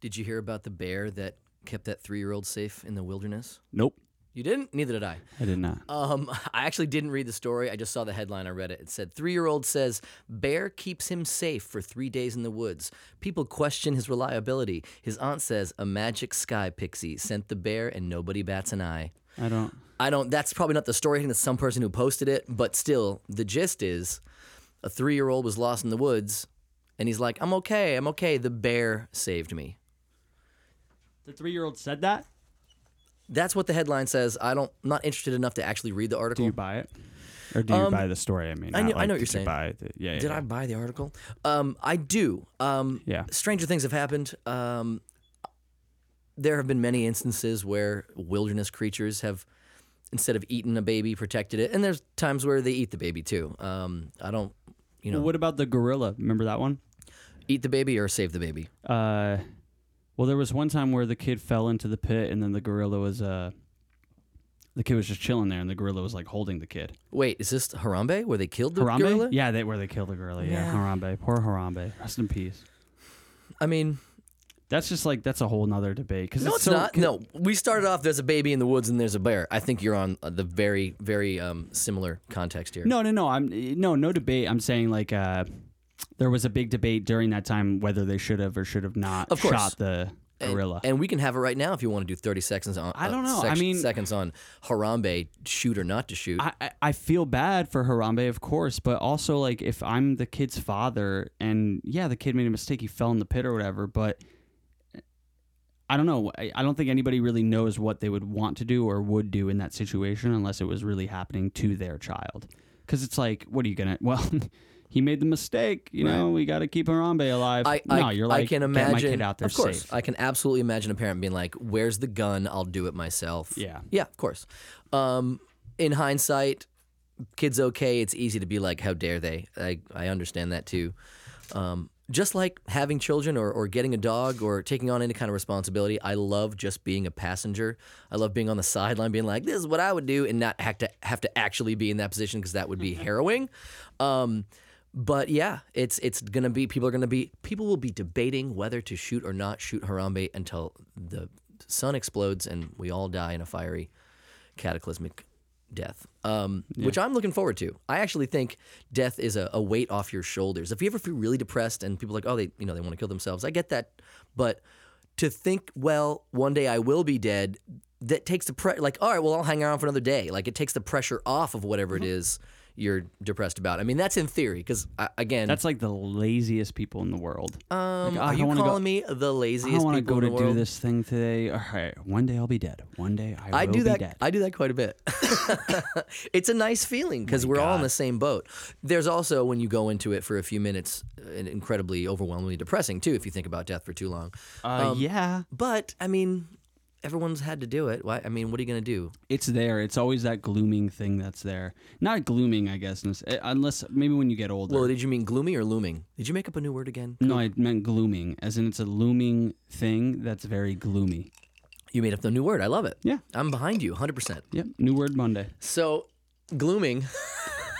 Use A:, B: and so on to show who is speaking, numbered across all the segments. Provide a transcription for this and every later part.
A: Did you hear about the bear that kept that three year old safe in the wilderness?
B: Nope,
A: You didn't? Neither did I.
B: I did not.
A: Um, I actually didn't read the story. I just saw the headline. I read it. It said three year old says bear keeps him safe for three days in the woods. People question his reliability. His aunt says a magic sky pixie sent the bear and nobody bats an eye.
B: I don't.
A: I don't. That's probably not the story. I think that's some person who posted it. But still, the gist is, a three-year-old was lost in the woods, and he's like, "I'm okay. I'm okay. The bear saved me."
C: The three year old said that?
A: That's what the headline says. I don't. I'm not interested enough to actually read the
B: Do
A: article.
B: you buy it, or do you buy the story? I mean,
A: Um, I
B: not
A: knew- I
B: like,
A: know what you're
B: did you
A: saying.
B: Buy the, yeah, yeah,
A: Did
B: yeah.
A: I buy the article? Um, I do. Um,
B: Yeah.
A: Stranger things have happened. Um, there have been many instances where wilderness creatures have, instead of eating a baby, protected it. And there's times where they eat the baby too. Um, I don't. You know,
C: What about the gorilla? Remember that one?
A: eat the baby or save the baby.
B: Uh, well, there was one time where the kid fell into the pit, and then the gorilla was uh, the kid was just chilling there, and the gorilla was like holding the kid.
A: Wait, is this Harambe where they killed the
B: Harambe?
A: gorilla?
B: Yeah, they where they killed the gorilla. Yeah.
A: Yeah.
B: Harambe. Poor Harambe. Rest in peace.
A: I mean,
B: That's just like that's a whole nother debate. Cause
A: no, it's,
B: so-
A: not. No, we started off there's a baby in the woods and there's a bear. I think you're on uh, the very, very um, similar context here.
B: No, no, no. I'm no, no debate. I'm saying like uh, there was a big debate during that time whether they should have or should have not
A: Of course.
B: shot the gorilla.
A: And we can have it right now if you want to do 30 seconds on.
B: I
A: uh,
B: don't know. I mean-
A: seconds on Harambe, shoot or not to shoot.
B: I, I- I feel bad for Harambe, of course, but also like if I'm the kid's father and yeah, the kid made a mistake, he fell in the pit or whatever, but I don't know. I, I don't think anybody really knows what they would want to do or would do in that situation unless it was really happening to their child. Because it's like, what are you gonna? Well, he made the mistake. You know, we got to keep Harambe alive.
A: I,
B: no,
A: I,
B: you're like,
A: I can
B: get
A: imagine.
B: my kid out there
A: of course,
B: safe.
A: I can absolutely imagine a parent being like, "Where's the gun? I'll do it myself."
B: Yeah.
A: yeah, of course. Um, in hindsight, kids okay. It's easy to be like, "How dare they?" I I understand that too. Um, just like having children or, or getting a dog or taking on any kind of responsibility, I love just being a passenger. I love being on the sideline, being like, "This is what I would do," and not have to have to actually be in that position because that would be harrowing. Um, but yeah, it's it's gonna be people are gonna be people will be debating whether to shoot or not shoot Harambe until the sun explodes and we all die in a fiery, cataclysmic death. Um, Which I'm looking forward to. I actually think death is a, a weight off your shoulders. If you ever feel really depressed and people are like, oh, they you know they want to kill themselves, I get that, but to think, well, one day I will be dead, that takes the pressure. Like, all right, well, I'll hang around for another day. Like, it takes the pressure off of whatever
B: Mm-hmm.
A: it is you're depressed about. I mean, that's in theory, because again,
B: That's like the laziest people in the world.
A: um,
B: like, I
A: are you
B: wanna go-
A: calling me the
B: I
A: laziest
B: don't want to
A: people
B: go
A: in
B: to
A: the world?
B: do this thing today. All right, one day I'll be dead. One day I will
A: I do
B: be
A: that.
B: dead.
A: I do that quite a bit. it's a nice feeling because we're all in the same boat. There's also when you go into it for a few minutes, an incredibly overwhelmingly depressing too. If you think about death for too long,
B: Uh,
A: um,
B: yeah,
A: but I mean, everyone's had to do it. Why? I mean, what are you gonna do?
B: it's there. It's always that glooming thing that's there. Not glooming, I guess, nes- eh, unless maybe when you get older.
A: Well, did you mean gloomy or looming? Did you make up a new word again?
B: no, I meant glooming, as in it's a looming thing that's very gloomy.
A: You made up the new word. I love it.
B: Yeah.
A: I'm behind you, hundred percent.
B: Yep. New word Monday.
A: So, glooming.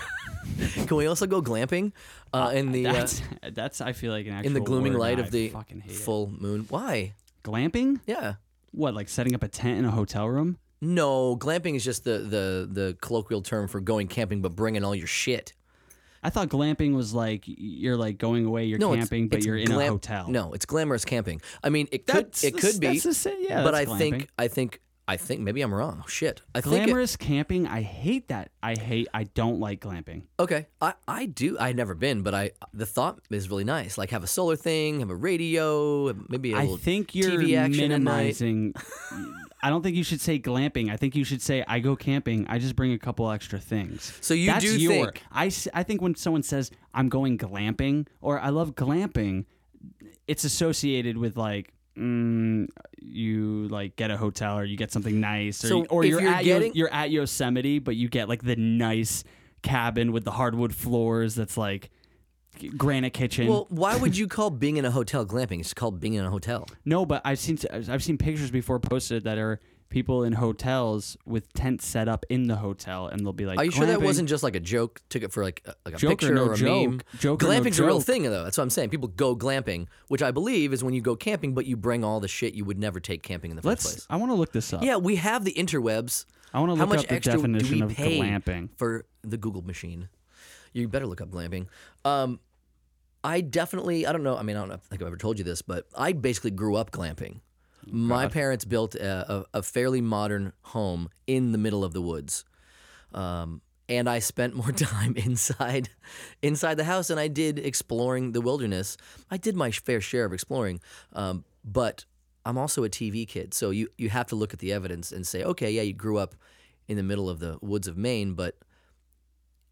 A: Can we also go glamping uh, in the uh,
B: That's that's I feel like an actual
A: in the glooming
B: word,
A: light
B: and I
A: of the
B: fucking hate it.
A: full moon? Why?
B: glamping.
A: Yeah.
B: What like setting up a tent in a hotel room?
A: No, glamping is just the, the, the colloquial term for going camping but bringing all your shit.
B: I thought glamping was like you're like going away, you're
A: No, it's-
B: camping, but
A: it's
B: you're in a
A: glam-
B: hotel.
A: No, it's glamorous camping. I mean, it could
B: That's
A: it
B: the-
A: could be,
B: that's the sa- yeah,
A: but I
B: that's glamping.
A: think I think I think maybe I'm wrong. Shit, I think it,
B: Glamorous camping, I hate that. I hate. I don't like glamping.
A: okay. I, I do. I've never been, but I the thought is really nice. Like have a solar thing, have a radio, maybe a
B: I
A: little
B: think you're
A: TV action at night.
B: minimizing. I don't think you should say glamping. I think you should say I go camping. I just bring a couple extra things.
A: So you
B: That's
A: do
B: your,
A: think-
B: I s- I think when someone says I'm going glamping or I love glamping, it's associated with like. Mm, you like get a hotel or you get something nice or,
A: So
B: you- or
A: if
B: you're,
A: you're
B: at
A: getting-
B: Yo- you're at Yosemite but you get like the nice cabin with the hardwood floors that's like granite kitchen
A: Well, why would you call being in a hotel glamping? It's called being in a hotel.
B: No, but I've seen I've seen pictures before posted that are people in hotels with tents set up in the hotel, and they'll be like,
A: Are you sure that
B: "Glamping-
A: wasn't just like a joke? Took it for like a, like a
B: Joke or
A: picture
B: no
A: or a
B: joke?
A: meme.
B: Joke or no
A: Glamping's a real
B: joke?
A: thing, though. That's what I'm saying. People go glamping, which I believe is when you go camping, but you bring all the shit you would never take camping in the 1st
B: Let's.
A: place.
B: I want to look this up.
A: Yeah, we have the interwebs.
B: I want to
A: How
B: look
A: much
B: up the
A: extra
B: definition
A: do
B: of
A: we pay
B: glamping.
A: for the Google machine? You better look up glamping. Um, I definitely. I don't know. I mean, I don't know if- think I've ever told you this, but I basically grew up glamping. My parents built a, a, a fairly modern home in the middle of the woods. um, and I spent more time inside inside the house than I did exploring the wilderness. I did my fair share of exploring, um, but I'm also a TV kid, so you you have to look at the evidence and say, okay, yeah, you grew up in the middle of the woods of Maine, but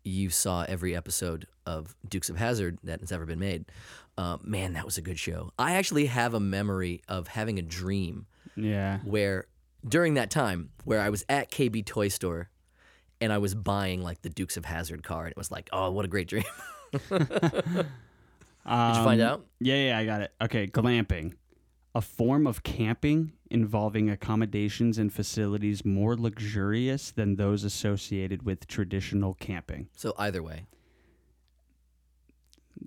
A: you saw every episode of Dukes of Hazard that has ever been made. Uh, man, that was a good show. I actually have a memory of having a dream
B: Yeah.
A: where during that time where I was at KB Toy Store and I was buying like the Dukes of Hazard car and it was like, oh, what a great dream. Did you find
B: Um,
A: out?
B: Yeah, yeah, I got it. Okay, glamping. A form of camping involving accommodations and facilities more luxurious than those associated with traditional camping.
A: So either way,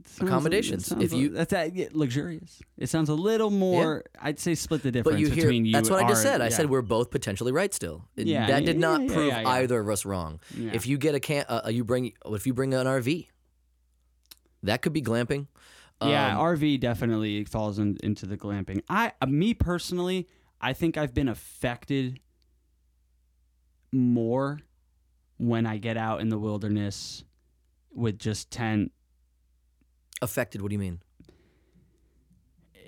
B: Sounds-
A: Accommodations,
B: it sounds
A: if you-
B: that's that, yeah, luxurious. It sounds a little more. I'd say split the difference
A: but you hear
B: between you.
A: that's what I just
B: are-
A: said. I
B: yeah.
A: said we're both potentially right still. It-
B: Yeah,
A: that
B: yeah,
A: did not
B: yeah, yeah,
A: prove
B: yeah, yeah.
A: either of us wrong.
B: Yeah.
A: If you get a can, uh, you bring if you bring an RV, that could be glamping. um,
B: yeah, RV definitely falls in, into the glamping. I, uh, me personally, I think I've been affected more when I get out in the wilderness with just tent.
A: Affected? What do you mean?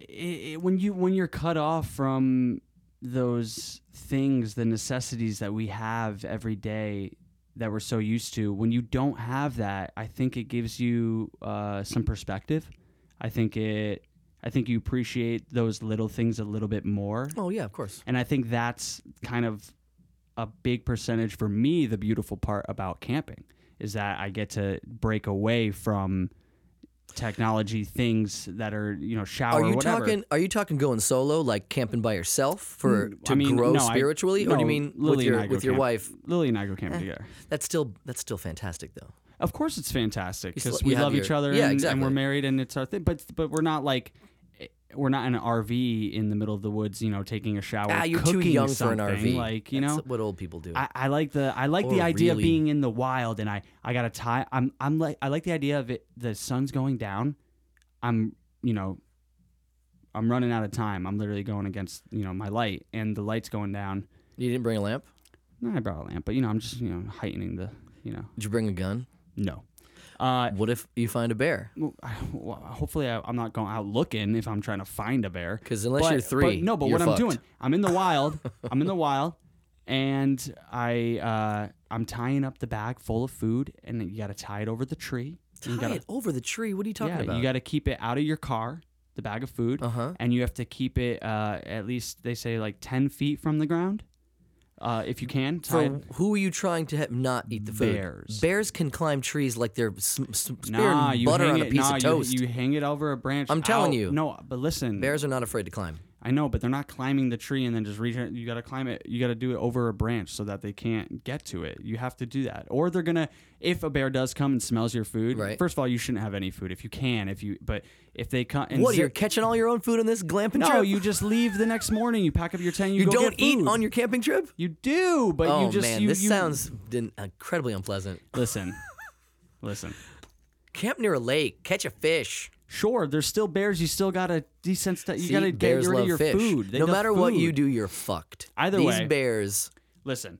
B: I- I- when you when you're cut off from those things, the necessities that we have every day that we're so used to, when you don't have that, I think it gives you uh, some perspective. I think it. I think you appreciate those little things a little bit more.
A: Oh yeah, of course.
B: And I think that's kind of a big percentage for me. The beautiful part about camping is that I get to break away from technology things that are you know shower.
A: Are you
B: or whatever.
A: talking? Are you talking going solo, like camping by yourself for
B: Mm,
A: to
B: I mean,
A: grow
B: no, I-
A: spiritually, or do you
B: no,
A: mean with
B: Lily and
A: your
B: I go
A: with your
B: camp.
A: wife? Eh.
B: Lily and I go camping together.
A: That's still that's still fantastic though.
B: Of course, it's fantastic
A: You still-
B: because
A: you
B: we
A: have
B: love each
A: your-
B: other.
A: yeah,
B: and,
A: exactly.
B: and we're married, and it's our thing. But but we're not like eh, we're not in an RV in the middle of the woods. You know, taking a shower.
A: ah, you're too
B: cooking
A: young for an
B: something,
A: RV.
B: Like you
A: That's
B: know.
A: what old people do.
B: I, I like the I like the
A: Or
B: idea
A: really-
B: of being in the wild, and I I got a tie. I'm I'm like I like the idea of it. The sun's going down. I'm you know. I'm running out of time. I'm literally going against you know my light, and the light's going down.
A: you didn't bring a lamp?
B: No, I brought a lamp, but you know I'm just you know heightening the you know
A: Did you bring a gun?
B: no. Uh,
A: What if you find a bear?
B: well, I- well, hopefully I, I'm not going out looking if I'm trying to find a bear.
A: Because unless
B: But-
A: you're three,
B: but no, but
A: you're
B: what I'm
A: fucked.
B: doing, I'm in the wild. I'm in the wild, and I uh, I'm tying up the bag full of food, and you got to tie it over the tree. and
A: tie
B: you gotta,
A: it over the tree. What are you talking
B: yeah,
A: about?
B: you got to keep it out of your car, the bag of food,
A: Uh-huh.
B: and you have to keep it uh, at least they say like ten feet from the ground, uh, if you can. Tie
A: For
B: it.
A: who are you trying to have not eat the food?
B: Bears.
A: Bears can climb trees like they're s- s- spearing
B: Nah, you
A: butter
B: hang
A: on a
B: it,
A: piece
B: nah,
A: of
B: you-
A: toast.
B: You, hang it over a branch.
A: I'm telling
B: out.
A: you.
B: No, but listen,
A: Bears are not afraid to climb.
B: I know, but they're not climbing the tree and then just reaching. You got to climb it. You got to do it over a branch so that they can't get to it. You have to do that, or they're gonna. If a bear does come and smells your food,
A: Right.
B: first of all, you shouldn't have any food if you can. If you, but if they come, and
A: what?
B: zip-
A: You're catching all your own food on this glamping
B: no,
A: trip?
B: you just leave the next morning. You pack up your tent. You,
A: You
B: go
A: don't
B: get
A: eat
B: food.
A: on your camping trip?
B: You do, but
A: oh
B: you just.
A: man,
B: you,
A: this
B: you-
A: sounds din- incredibly unpleasant.
B: Listen, listen.
A: Camp near a lake, catch a fish.
B: Sure, there's still bears. You still gotta desensitize. You
A: See,
B: gotta get
A: bears
B: rid of
A: love
B: your
A: fish.
B: food. They
A: no
B: love
A: matter what you
B: food.
A: do, you're fucked.
B: Either
A: These
B: way.
A: bears.
B: listen.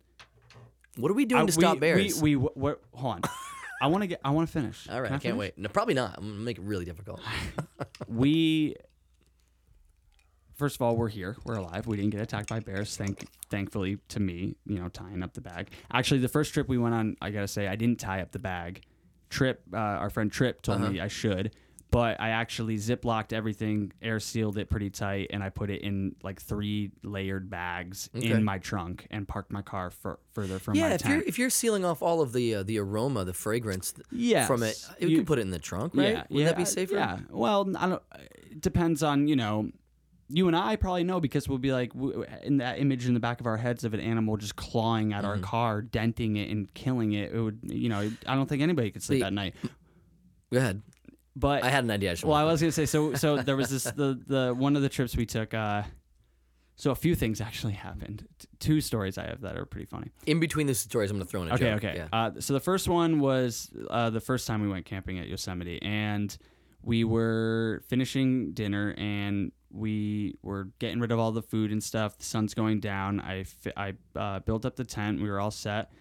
A: What are we doing
B: I-
A: to stop
B: we,
A: bears?
B: We, we, we, hold on. I want to get. I want to finish.
A: All right,
B: Can
A: I
B: I
A: can't
B: finish?
A: wait. No, probably not. I'm gonna make it really difficult.
B: We first of all, we're here. We're alive. We didn't get attacked by bears. Thank, thankfully, to me, you know, tying up the bag. Actually, the first trip we went on, I gotta say, I didn't tie up the bag. Trip, uh, our friend Trip told
A: Uh-huh.
B: me I should, but I actually ziplocked everything, air sealed it pretty tight, and I put it in like three layered bags in my trunk and parked my car fur- further from
A: yeah,
B: my
A: if you're
B: tent.
A: if you're sealing off all of the uh, the aroma, the fragrance th- from it,
B: Yes,
A: you,
B: you-
A: can put it in the trunk, right?
B: Yeah,
A: Would
B: yeah,
A: that be
B: I-
A: safer?
B: Yeah. Well, I don't. It depends on you know you and I probably know because we'll be like w- in that image in the back of our heads of an animal just clawing at
A: Mm-hmm.
B: our car, denting it and killing it. It would, you know, I don't think anybody could sleep
A: The-
B: at night.
A: Go ahead.
B: But
A: I had an idea. I just
B: well, I
A: wanted-
B: was gonna say so. So there was this the the one of the trips we took. Uh, so a few things actually happened. T- two stories I have that are pretty funny.
A: in between the stories, I'm going to throw in a
B: Okay,
A: joke.
B: okay.
A: Yeah.
B: Uh, so the first one was uh, the first time we went camping at Yosemite, and we were finishing dinner, and we were getting rid of all the food and stuff. The sun's going down. I fi- I uh, built up the tent. We were all set,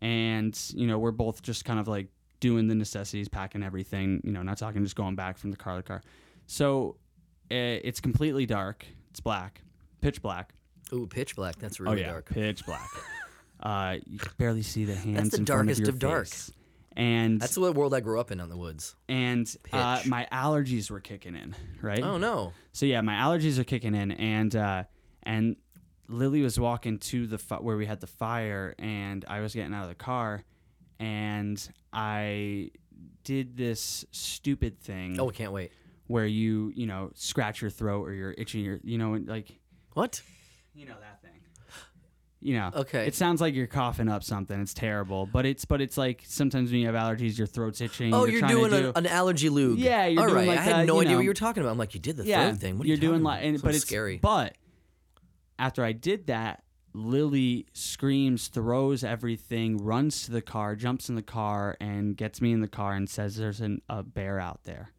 B: and you know we're both just kind of like doing the necessities, packing everything. You know, not talking, just going back from the car to the car. So uh, it's completely dark. It's black, pitch black.
A: Ooh, pitch black. That's really
B: oh yeah,
A: dark.
B: pitch black. uh, you can barely see the hands.
A: the
B: in front
A: darkest
B: of, your
A: of dark.
B: face. And
A: That's the world I grew up in, on the woods.
B: and uh,
A: pitch.
B: my allergies were kicking in, right?
A: Oh no.
B: So yeah, my allergies are kicking in, and uh, and Lily was walking to the fi- where we had the fire, and I was getting out of the car, and I did this stupid thing
A: Oh, I can't wait.
B: where you you know scratch your throat or you're itching your you know and, like
A: What?
B: you know that thing. You know,
A: Okay.
B: It sounds like you're coughing up something. It's terrible, but it's but it's like sometimes when you have allergies, your throat's itching.
A: Oh, you're,
B: trying
A: doing
B: to
A: a-
B: do,
A: an allergy lube.
B: Yeah, you're
A: All
B: doing
A: right.
B: like
A: I had
B: that,
A: no
B: you
A: idea
B: know.
A: what you were talking about. I'm like, you did the throat thing. What are
B: you're
A: you
B: doing
A: talking
B: like,
A: about?
B: and, but
A: Something
B: it's
A: scary.
B: But after I did that, Lily screams, throws everything, runs to the car, jumps in the car, and gets me in the car and says, "There's an, a bear out there,"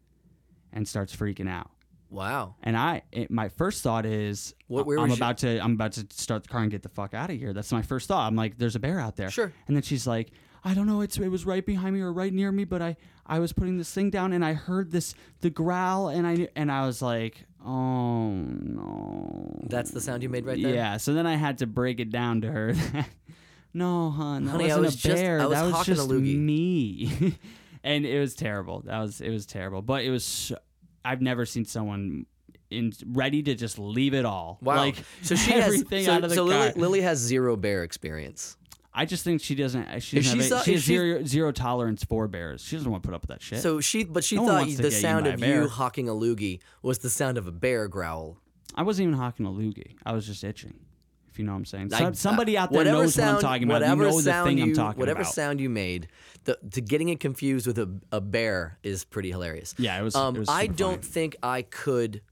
B: and starts freaking out.
A: wow.
B: And I, it, my first thought is,
A: What- where
B: I'm
A: was your-
B: about to, I'm about to start the car and get the fuck out of here. That's my first thought. I'm like, there's a bear out there.
A: Sure.
B: And then she's like, I don't know, it's it was right behind me or right near me, but I, I was putting this thing down and I heard this the growl and I and I was like, oh no.
A: That's the sound you made right there.
B: Yeah. So then I had to break it down to her. that, no, hon, that
A: Honey, I
B: wasn't
A: was
B: a
A: just-
B: bear.
A: I was
B: that was
A: hawking a
B: just
A: loogie.
B: me. and it was terrible. That was it was terrible. But it was. So, I've never seen someone in ready to just leave it all.
A: Wow.
B: Like
A: so she
B: everything
A: has, so,
B: out of the
A: so
B: car.
A: Lily, Lily has zero bear experience.
B: I just think she doesn't. uh, She
A: If
B: doesn't
A: she
B: have
A: saw-
B: a, she
A: if
B: has
A: she-
B: zero, zero tolerance for bears. She doesn't want to put up with that shit.
A: So she, but she
B: No one
A: thought
B: wants to
A: the
B: get eaten
A: sound
B: by a
A: of
B: bear.
A: you hawking a loogie was the sound of a bear growl.
B: I wasn't even hawking a loogie. I was just itching. If you know what I'm saying.
A: I-
B: Some- somebody out there
A: whatever
B: knows
A: sound,
B: what I'm talking about. You
A: Whatever
B: know the
A: sound
B: thing
A: you,
B: I'm talking
A: whatever
B: about.
A: sound you made, the, to getting it confused with a, a bear is pretty hilarious.
B: Yeah, it was-
A: Um,
B: it was
A: I
B: super
A: don't
B: funny.
A: think I could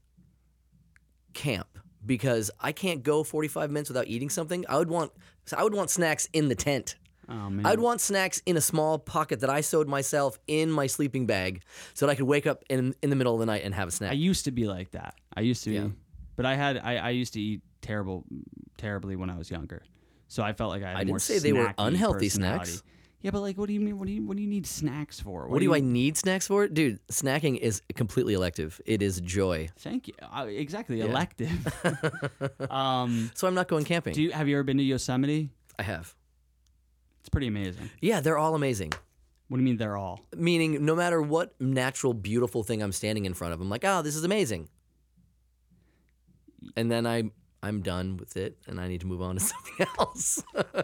A: camp because I can't go 45 minutes without eating something. I would want. so I would want snacks in the tent.
B: oh man.
A: I'd want snacks in a small pocket that I sewed myself in my sleeping bag, so that I could wake up in in the middle of the night and have a snack.
B: I used to be like that. I used to, be
A: Yeah.
B: but I had I, I used to eat terrible, terribly when I was younger. So I felt like I had
A: I didn't
B: more
A: say they were
B: snacky
A: unhealthy
B: personality.
A: snacks.
B: Yeah, but like, what do you mean? What do you what do you need snacks for?
A: what do I need snacks for? Dude, snacking is completely elective. It is joy.
B: Thank you. Uh, exactly. Elective. um,
A: So I'm not going camping.
B: do you have you ever been to Yosemite?
A: I have.
B: It's pretty amazing.
A: Yeah, they're all amazing.
B: What do you mean they're all?
A: Meaning, no matter what natural, beautiful thing I'm standing in front of, I'm like, oh, this is amazing. And then I, I'm done with it, and I need to move on to something else.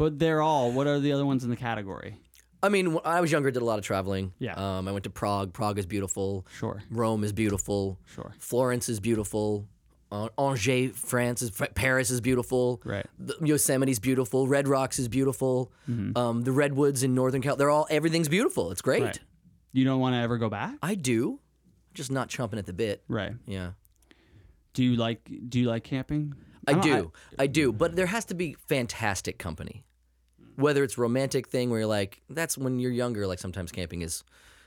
B: But they're all. What are the other ones in the category?
A: I mean, when I was younger, I did a lot of traveling.
B: Yeah.
A: Um, I went to Prague. Prague is beautiful.
B: Sure.
A: Rome is beautiful.
B: Sure.
A: Florence is beautiful. Uh, Angers, France is Paris is beautiful.
B: Right.
A: The, Yosemite's beautiful. Red Rocks is beautiful.
B: Mm-hmm.
A: Um, the redwoods in Northern Cal, they're all everything's beautiful. It's great.
B: Right. You don't want to ever go back.
A: I do, just not chomping at the bit.
B: Right.
A: Yeah,
B: Do you like Do you like camping?
A: I,
B: don't-
A: do. I, do. But there has to be fantastic company, whether it's romantic thing where you're like, that's when you're younger. Like sometimes camping is,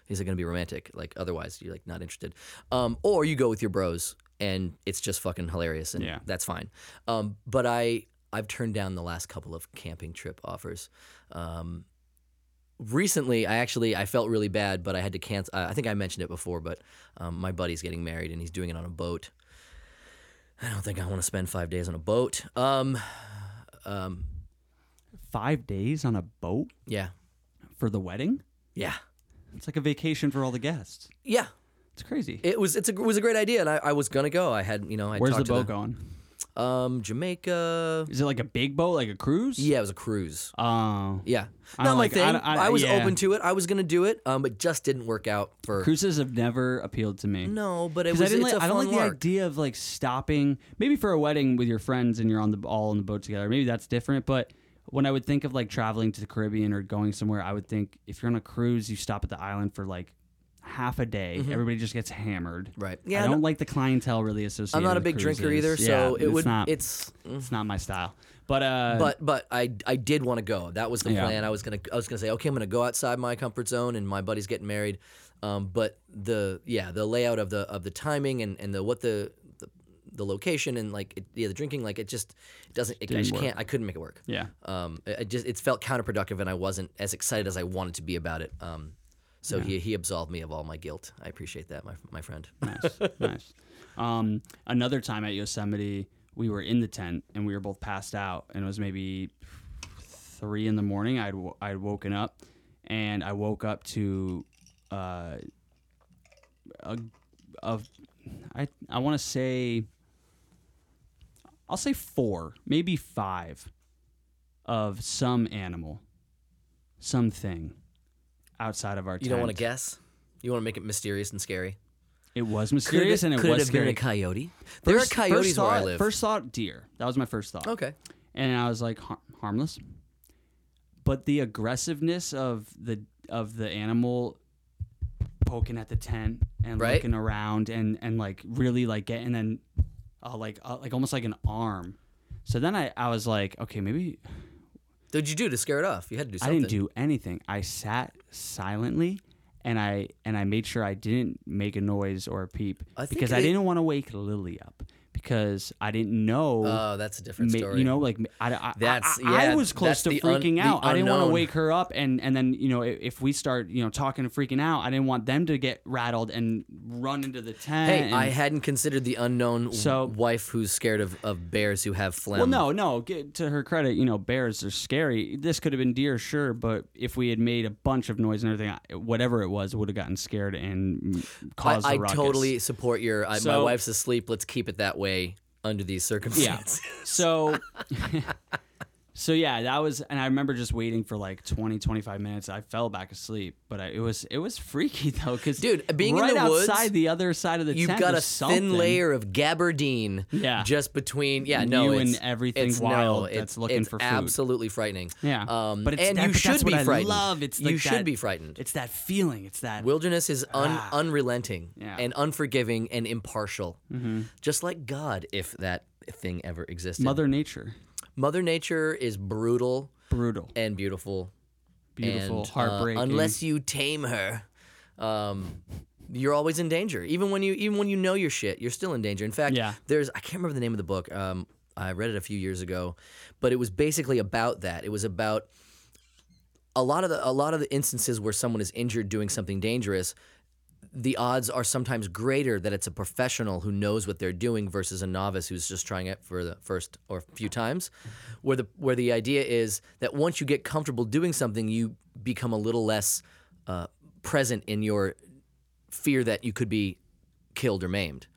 A: is it going to be romantic? Like otherwise you're like not interested. Um, or you go with your bros and it's just fucking hilarious and
B: Yeah.
A: that's fine. Um, but I I've turned down the last couple of camping trip offers. Um, recently i actually i felt really bad but i had to cancel i I think i mentioned it before but um, my buddy's getting married and he's doing it on a boat i don't think i want to spend five days on a boat um, um,
B: five days on a boat
A: yeah
B: for the wedding.
A: yeah
B: It's like a vacation for all the guests.
A: yeah
B: It's crazy.
A: it was it's a, it was a great idea and I, I was gonna go i had you know I
B: Where's
A: talked
B: the
A: to
B: boat going?
A: Um, Jamaica.
B: Is it like a big boat, like a cruise?
A: Yeah, it was a cruise.
B: Oh.
A: Yeah,
B: I
A: not
B: don't
A: my
B: like- I
A: thing. I,
B: don't- I-
A: was
B: yeah.
A: open to it. I was gonna do it, um, but just didn't work out for.
B: Cruises have never appealed to me.
A: No, but it
B: 'Cause
A: was.
B: I, didn't
A: it's
B: like,
A: a
B: I
A: fun
B: don't like
A: lark.
B: the idea of like stopping maybe for a wedding with your friends and you're on the all on the boat together. Maybe that's different, but when I would think of like traveling to the Caribbean or going somewhere, I would think if you're on a cruise, you stop at the island for like half a day. Everybody just gets hammered.
A: Mm-hmm. Right.
B: Yeah.
A: Yeah,
B: I
A: no-
B: don't like the clientele really associated.
A: I'm not a
B: with
A: big drinker either,
B: cruises.
A: so
B: Yeah,
A: it would.
B: It's not,
A: It's. mm,
B: it's not my style. But uh,
A: But but I I did want to go. That was the
B: Yeah.
A: plan. I was gonna I was gonna say okay, I'm gonna go outside my comfort zone, and my buddy's getting married. Um, but the yeah, the layout of the of the timing and and the what the the, the location and like it, yeah, the drinking like it just doesn't. It, I
B: Didn't
A: just
B: work.
A: can't. I couldn't make it work.
B: yeah,
A: Um, it it just it felt counterproductive, and I wasn't as excited as I wanted to be about it. Um, so he he absolved me of all my guilt. I appreciate that, my my friend.
B: nice, nice. Um, another time at Yosemite, we were in the tent and we were both passed out, and it was maybe three in the morning. I'd wo- I'd woken up, and I woke up to uh, a, a I I want to say I'll say four, maybe five, of some animal, something outside of our tent.
A: You don't want to guess. You want to make it mysterious and scary.
B: It was
A: Could it-
B: mysterious and it
A: could
B: was
A: have been
B: scary.
A: a coyote? there are
B: First-
A: coyotes
B: first
A: where I
B: thought-
A: live.
B: First thought, deer. That was my first thought.
A: okay.
B: And I was like, har- harmless. But the aggressiveness of the of the animal poking at the tent and
A: Right.
B: looking around and and like really like getting an uh, like uh, like almost like an arm. So then I, I was like, okay, maybe
A: Did you do to scare it off? You had to do something.
B: I didn't do anything. I sat silently and I and I made sure I didn't make a noise or a peep
A: I think
B: because I
A: they-
B: didn't want to wake Lily up because I didn't know
A: Oh, that's a different
B: ma-
A: story.
B: You know, like ma- I, I,
A: That's-
B: I, I
A: yeah,
B: was
A: that's
B: close to
A: the un-
B: freaking
A: the
B: out. I didn't want to
A: unknown.
B: wake her up, and and then you know i- if, we start you know talking and freaking out, I didn't want them to get rattled and run into the tent.
A: hey,
B: and-
A: I hadn't considered the unknown w-
B: So-
A: wife who's scared of, of bears who have phlegm.
B: well, no, no. Get, to her credit, you know, bears are scary. This could have been deer, sure, but if we had made a bunch of noise and everything, I- whatever it was, would have gotten scared and mm, caused
A: I,
B: a
A: I
B: ruckus.
A: totally support your. I, my
B: So-
A: wife's asleep. Let's keep it that way under these circumstances.
B: So, so yeah, that was, and I remember just waiting for like 20, 25 minutes. I fell back asleep, but I, it was, it was freaky though, because
A: Dude, being in
B: right
A: the woods,
B: outside the other side of the
A: You've
B: tent
A: got a
B: was something.
A: thin layer of gabardine.
B: Yeah.
A: Just between. Yeah. No.
B: You
A: it's-
B: and everything
A: it's, no,
B: wild that's
A: it's,
B: looking
A: it's
B: for food.
A: Absolutely frightening.
B: Yeah,
A: Um.
B: but it's
A: and
B: that-
A: you
B: but
A: should
B: that's
A: be
B: what I
A: frightened.
B: love. It's
A: you
B: like
A: should
B: that-
A: be frightened.
B: It's that feeling. It's that.
A: Wilderness is un- unrelenting
B: Yeah. Mm-hmm.
A: and unforgiving and impartial, just like God, if that thing ever existed.
B: Mother Nature,
A: Mother Nature is brutal
B: brutal,
A: and beautiful.
B: beautiful,
A: and, uh,
B: heartbreaking.
A: unless you tame her, um, you're always in danger. Even when you even when you know your shit, you're still in danger. In fact,
B: Yeah.
A: there's I can't remember the name of the book. Um, I read it a few years ago, but it was basically about that. It was about a lot of the a lot of the instances where someone is injured doing something dangerous, the odds are sometimes greater that it's a professional who knows what they're doing versus a novice who's just trying it for the first or few times. Where the where the idea is that once you get comfortable doing something, you become a little less uh, present in your fear that you could be killed or maimed.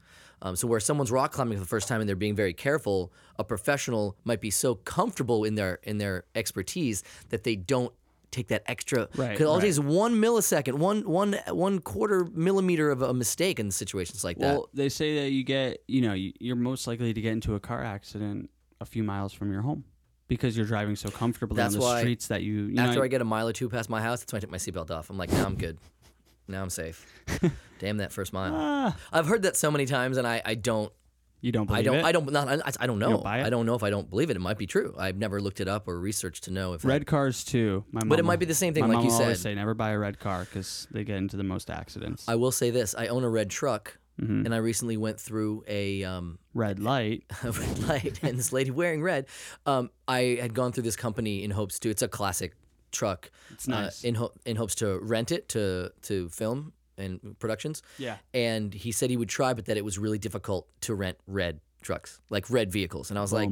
A: Um, so where someone's rock climbing for the first time and they're being very careful, a professional might be so comfortable in their in their expertise that they don't take that extra.
B: Right,
A: all it
B: right.
A: takes is one millisecond, one one one quarter millimeter of a mistake in situations like that.
B: Well, they say that you get, you know, you- you're most likely to get into a car accident a few miles from your home because you're driving so comfortably
A: That's
B: on the
A: why
B: streets that you, you
A: After
B: know,
A: I get a mile or two past my house, that's when I take my seatbelt off. I'm like, now I'm good. Now I'm safe. Damn that first mile. I've heard that so many times, and I, I don't
B: you don't Ah. believe
A: I don't.
B: it.
A: I don't. Not. I, I don't know.
B: buy it?
A: I don't know if I don't believe it. It might be true. I've never looked it up or researched to know if.
B: red cars too. My
A: But it
B: mom-
A: might be the same thing,
B: my
A: like
B: mom
A: you
B: will always
A: said.
B: say never buy a red car because they get into the most accidents. Mm-hmm.
A: I, I will say this. I own a red truck, and I recently went through a um,
B: red light.
A: a red light, and this lady wearing red. Um, I had gone through this company in hopes to. It's a classic truck. It's
B: nice.
A: in ho- in hopes to rent it to to film and productions.
B: Yeah.
A: And he said he would try, but that it was really difficult to rent red trucks, like red vehicles. And I was like,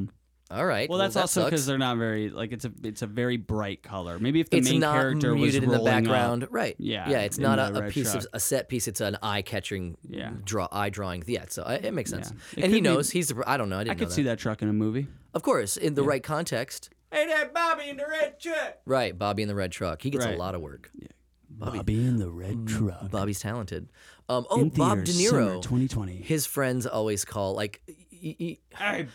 A: All right.
B: Well, that's
A: that
B: also
A: sucks.
B: because they're not very like it's a it's a very bright color. Maybe if the
A: it's
B: main
A: not
B: character was
A: muted in the
B: rolling up-
A: background, right?
B: Yeah,
A: yeah. It's
B: in
A: not
B: the
A: a, a
B: red
A: piece of
B: truck.
A: a set piece. It's an eye-catching,
B: Yeah.
A: draw eye drawing. Yeah, so I, it makes sense.
B: It
A: and
B: could
A: he
B: be-
A: knows he's the. I don't know. I didn't
B: I
A: know
B: could
A: that.
B: see that truck in a movie.
A: Of course, in the right context.
B: Hey, that Bobby in the red shirt.
A: Right, Bobby in the red truck. He gets a
B: Right.
A: lot of work.
B: Bobby, in the red truck.
A: Bobby's talented. Um, Mm. oh, Bob De Niro.
B: 2020.
A: His friends always call. Like, y- y-
B: I,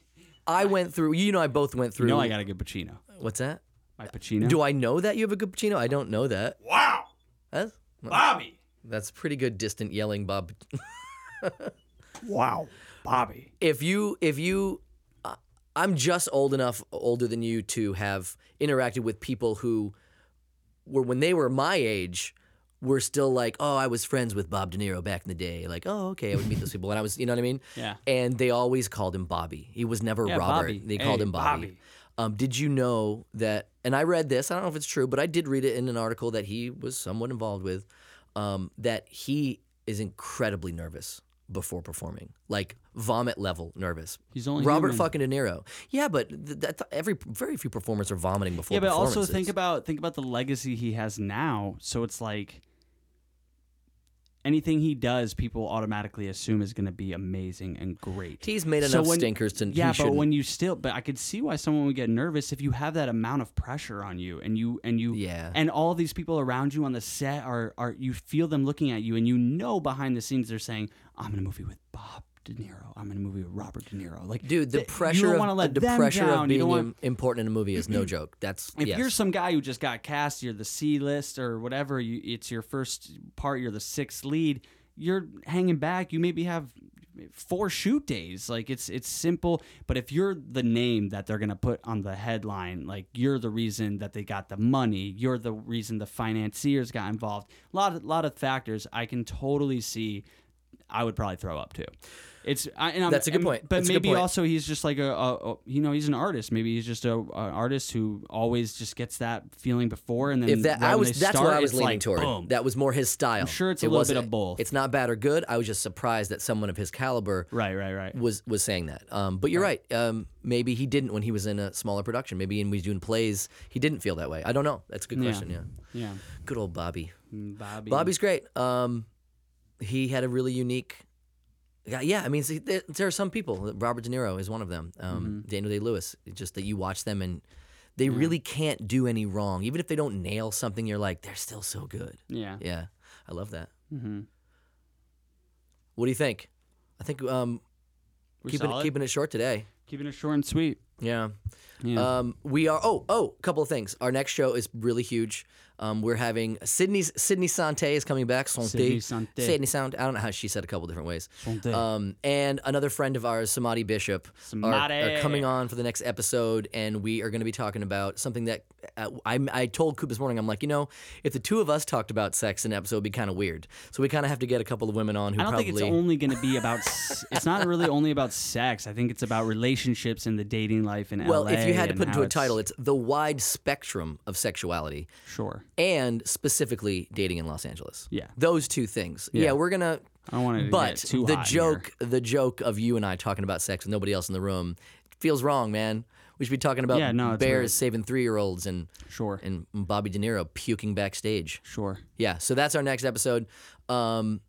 A: I went through. You know, I both went through.
B: no, I gotta get Pacino.
A: What's that?
B: My Pacino.
A: Do I know that you have a good Pacino? I don't know that.
B: wow,
A: That's,
B: Bobby.
A: that's pretty good distant yelling, Bob.
B: Wow, Bobby.
A: if you if you uh, i'm just old enough older than you to have interacted with people who were when they were my age were still like oh i was friends with bob de niro back in the day like oh okay i would meet those people and i was you know what i mean
B: Yeah.
A: and they always called him bobby he was never
B: Yeah,
A: robert
B: Bobby.
A: they called
B: Hey,
A: him bobby,
B: Bobby.
A: Um, did you know that and i read this i don't know if it's true but i did read it in an article that he was somewhat involved with um, that he is incredibly nervous before performing like vomit level nervous
B: He's only
A: Robert
B: human.
A: fucking De Niro. Yeah, but th- that, every very few performers are vomiting before.
B: Yeah, but also think
A: performances.
B: about think about the legacy he has now. So it's like anything he does, people automatically assume is going to be amazing and great.
A: he's made enough
B: so when-
A: stinkers to.
B: yeah,
A: he
B: but
A: shouldn't-
B: when you still, but I could see why someone would get nervous if you have that amount of pressure on you, and you and you,
A: Yeah.
B: and all these people around you on the set are are you feel them looking at you, and you know behind the scenes they're saying, "I'm in a movie with Bob De Niro. I'm in a movie with Robert De Niro." Like,
A: dude, the
B: th- you
A: pressure
B: don't
A: of
B: wanna let
A: the
B: them
A: pressure
B: down.
A: of
B: you
A: being
B: don't want,
A: im- important in a movie is no joke. That's
B: if
A: yes.
B: you're some guy who just got cast, you're the C list or whatever. You, it's your first part. You're the sixth lead. You're hanging back. You maybe have four shoot days. Like it's it's simple. But if you're the name that they're gonna put on the headline, like you're the reason that they got the money. You're the reason the financiers got involved. A lot of, lot of factors. I can totally see. I would probably throw up too. It's I, and I'm,
A: That's a good
B: and-
A: point.
B: But
A: That's a good
B: maybe
A: point.
B: also so he's just like a, a, a- you know he's an artist maybe he's just a, an artist who always just gets that feeling before and then
A: if that
B: when
A: I was
B: they
A: that's
B: start,
A: what I was
B: it's
A: leaning
B: like,
A: toward.
B: boom.
A: That was more his style. I'm
B: sure it's a little bit of both.
A: It's not bad or good. I was just surprised that someone of his caliber
B: right right right
A: was was saying that. Um, but you're right. Um, maybe he didn't when he was in a smaller production. Maybe when he was doing plays, he didn't feel that way. I don't know. That's a good question. Yeah.
B: yeah Mm,
A: Good old Bobby.
B: Bobby
A: Bobby's great. Um, he had a really unique. Yeah, yeah, I mean, see, there, there are some people. Robert De Niro is one of them. Um,
B: Mm-hmm.
A: Daniel Day Lewis. Just that you watch them and they really can't do any wrong. Even if they don't nail something, you're like, they're still so good.
B: yeah
A: Yeah, I love that.
B: mm-hmm.
A: What do you think? I think um, keeping it, keeping it short today.
B: keeping it short and sweet
A: Yeah.
B: Yeah.
A: Um, we are. Oh, oh, a couple of things. Our next show is really huge. Um, we're having Sydney's Sydney Sante is coming back. Sante.
B: Sydney Sante.
A: Sydney Sound. I don't know how she said a couple different ways.
B: Sante.
A: Um, and another friend of ours, Samadhi Bishop, are, are
B: Samadhi.
A: coming on for the next episode, and we are going to be talking about something that uh, I, I told Coop this morning. I'm like, you know, if the two of us talked about sex in an episode, it'd be kind of weird. So we kind of have to get a couple of women on who
B: I don't
A: probably.
B: think it's only going to be about. s- it's not really only about sex. I think it's about relationships and the dating life in
A: well,
B: LA.
A: if you had to
B: and
A: put into
B: how
A: a title, it's the wide spectrum of sexuality.
B: it's, sure.
A: and specifically dating in Los Angeles.
B: Yeah.
A: Those two things. Yeah, we're gonna
B: I don't want to
A: but
B: get too
A: the
B: hot here.
A: joke the joke of you and I talking about sex with nobody else in the room feels wrong, man. We should be talking about
B: Yeah, no, it's
A: bears
B: weird.
A: saving three year olds and
B: Sure.
A: and Bobby De Niro puking backstage.
B: Sure.
A: Yeah. So that's our next episode. Um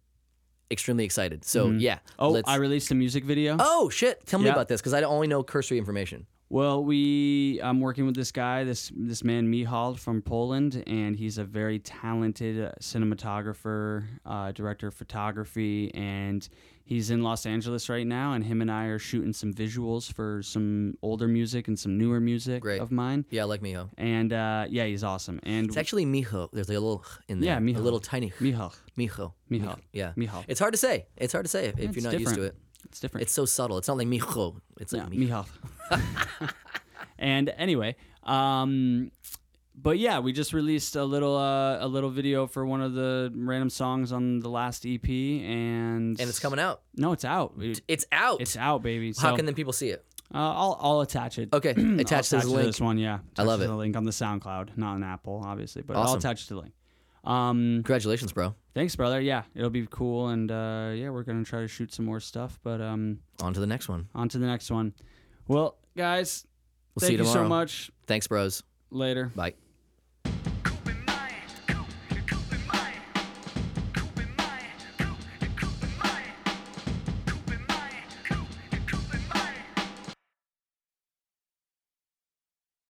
A: extremely excited. So yeah.
B: Oh,
A: let's
B: I released a music video.
A: Oh shit. Tell me
B: Yeah.
A: about this because I only know cursory information.
B: Well, we I'm working with this guy, this this man Michal from Poland, and he's a very talented uh, cinematographer, uh, director of photography, and he's in Los Angeles right now. And him and I are shooting some visuals for some older music and some newer music
A: Great.
B: of mine.
A: Yeah, like Miho.
B: And uh, yeah, he's awesome. And
A: It's actually Miho. There's like a little in there.
B: Yeah, Miho.
A: A little tiny
B: Michal,
A: Miho.
B: Michal,
A: Yeah.
B: Michal.
A: It's hard to say. It's hard to say if, if you're not used to it.
B: It's different.
A: It's so subtle. It's not like mijo. It's like
B: yeah, Michal. and anyway, um, but yeah, we just released a little uh, a little video for one of the random songs on the last EP, and
A: and it's coming out.
B: No, it's out. It-
A: It's out.
B: it's out, baby. So
A: How can then people see it?
B: uh, I'll I'll attach it. Hmm,
A: Okay,
B: I'll
A: attach
B: attach
A: this
B: to
A: link.
B: this one. Yeah, Attach
A: love
B: to
A: it.
B: The link on the SoundCloud, not on Apple, obviously, but I'll
A: Awesome.
B: attach it to the link. Um,
A: Congratulations, bro.
B: thanks, brother. Yeah, it'll be cool, and uh, yeah, we're gonna try to shoot some more stuff, but um.
A: On to the next one.
B: On to the next one. Well, guys.
A: We'll
B: thank
A: see you
B: you
A: tomorrow.
B: so much.
A: Thanks, bros.
B: Later.
A: Bye.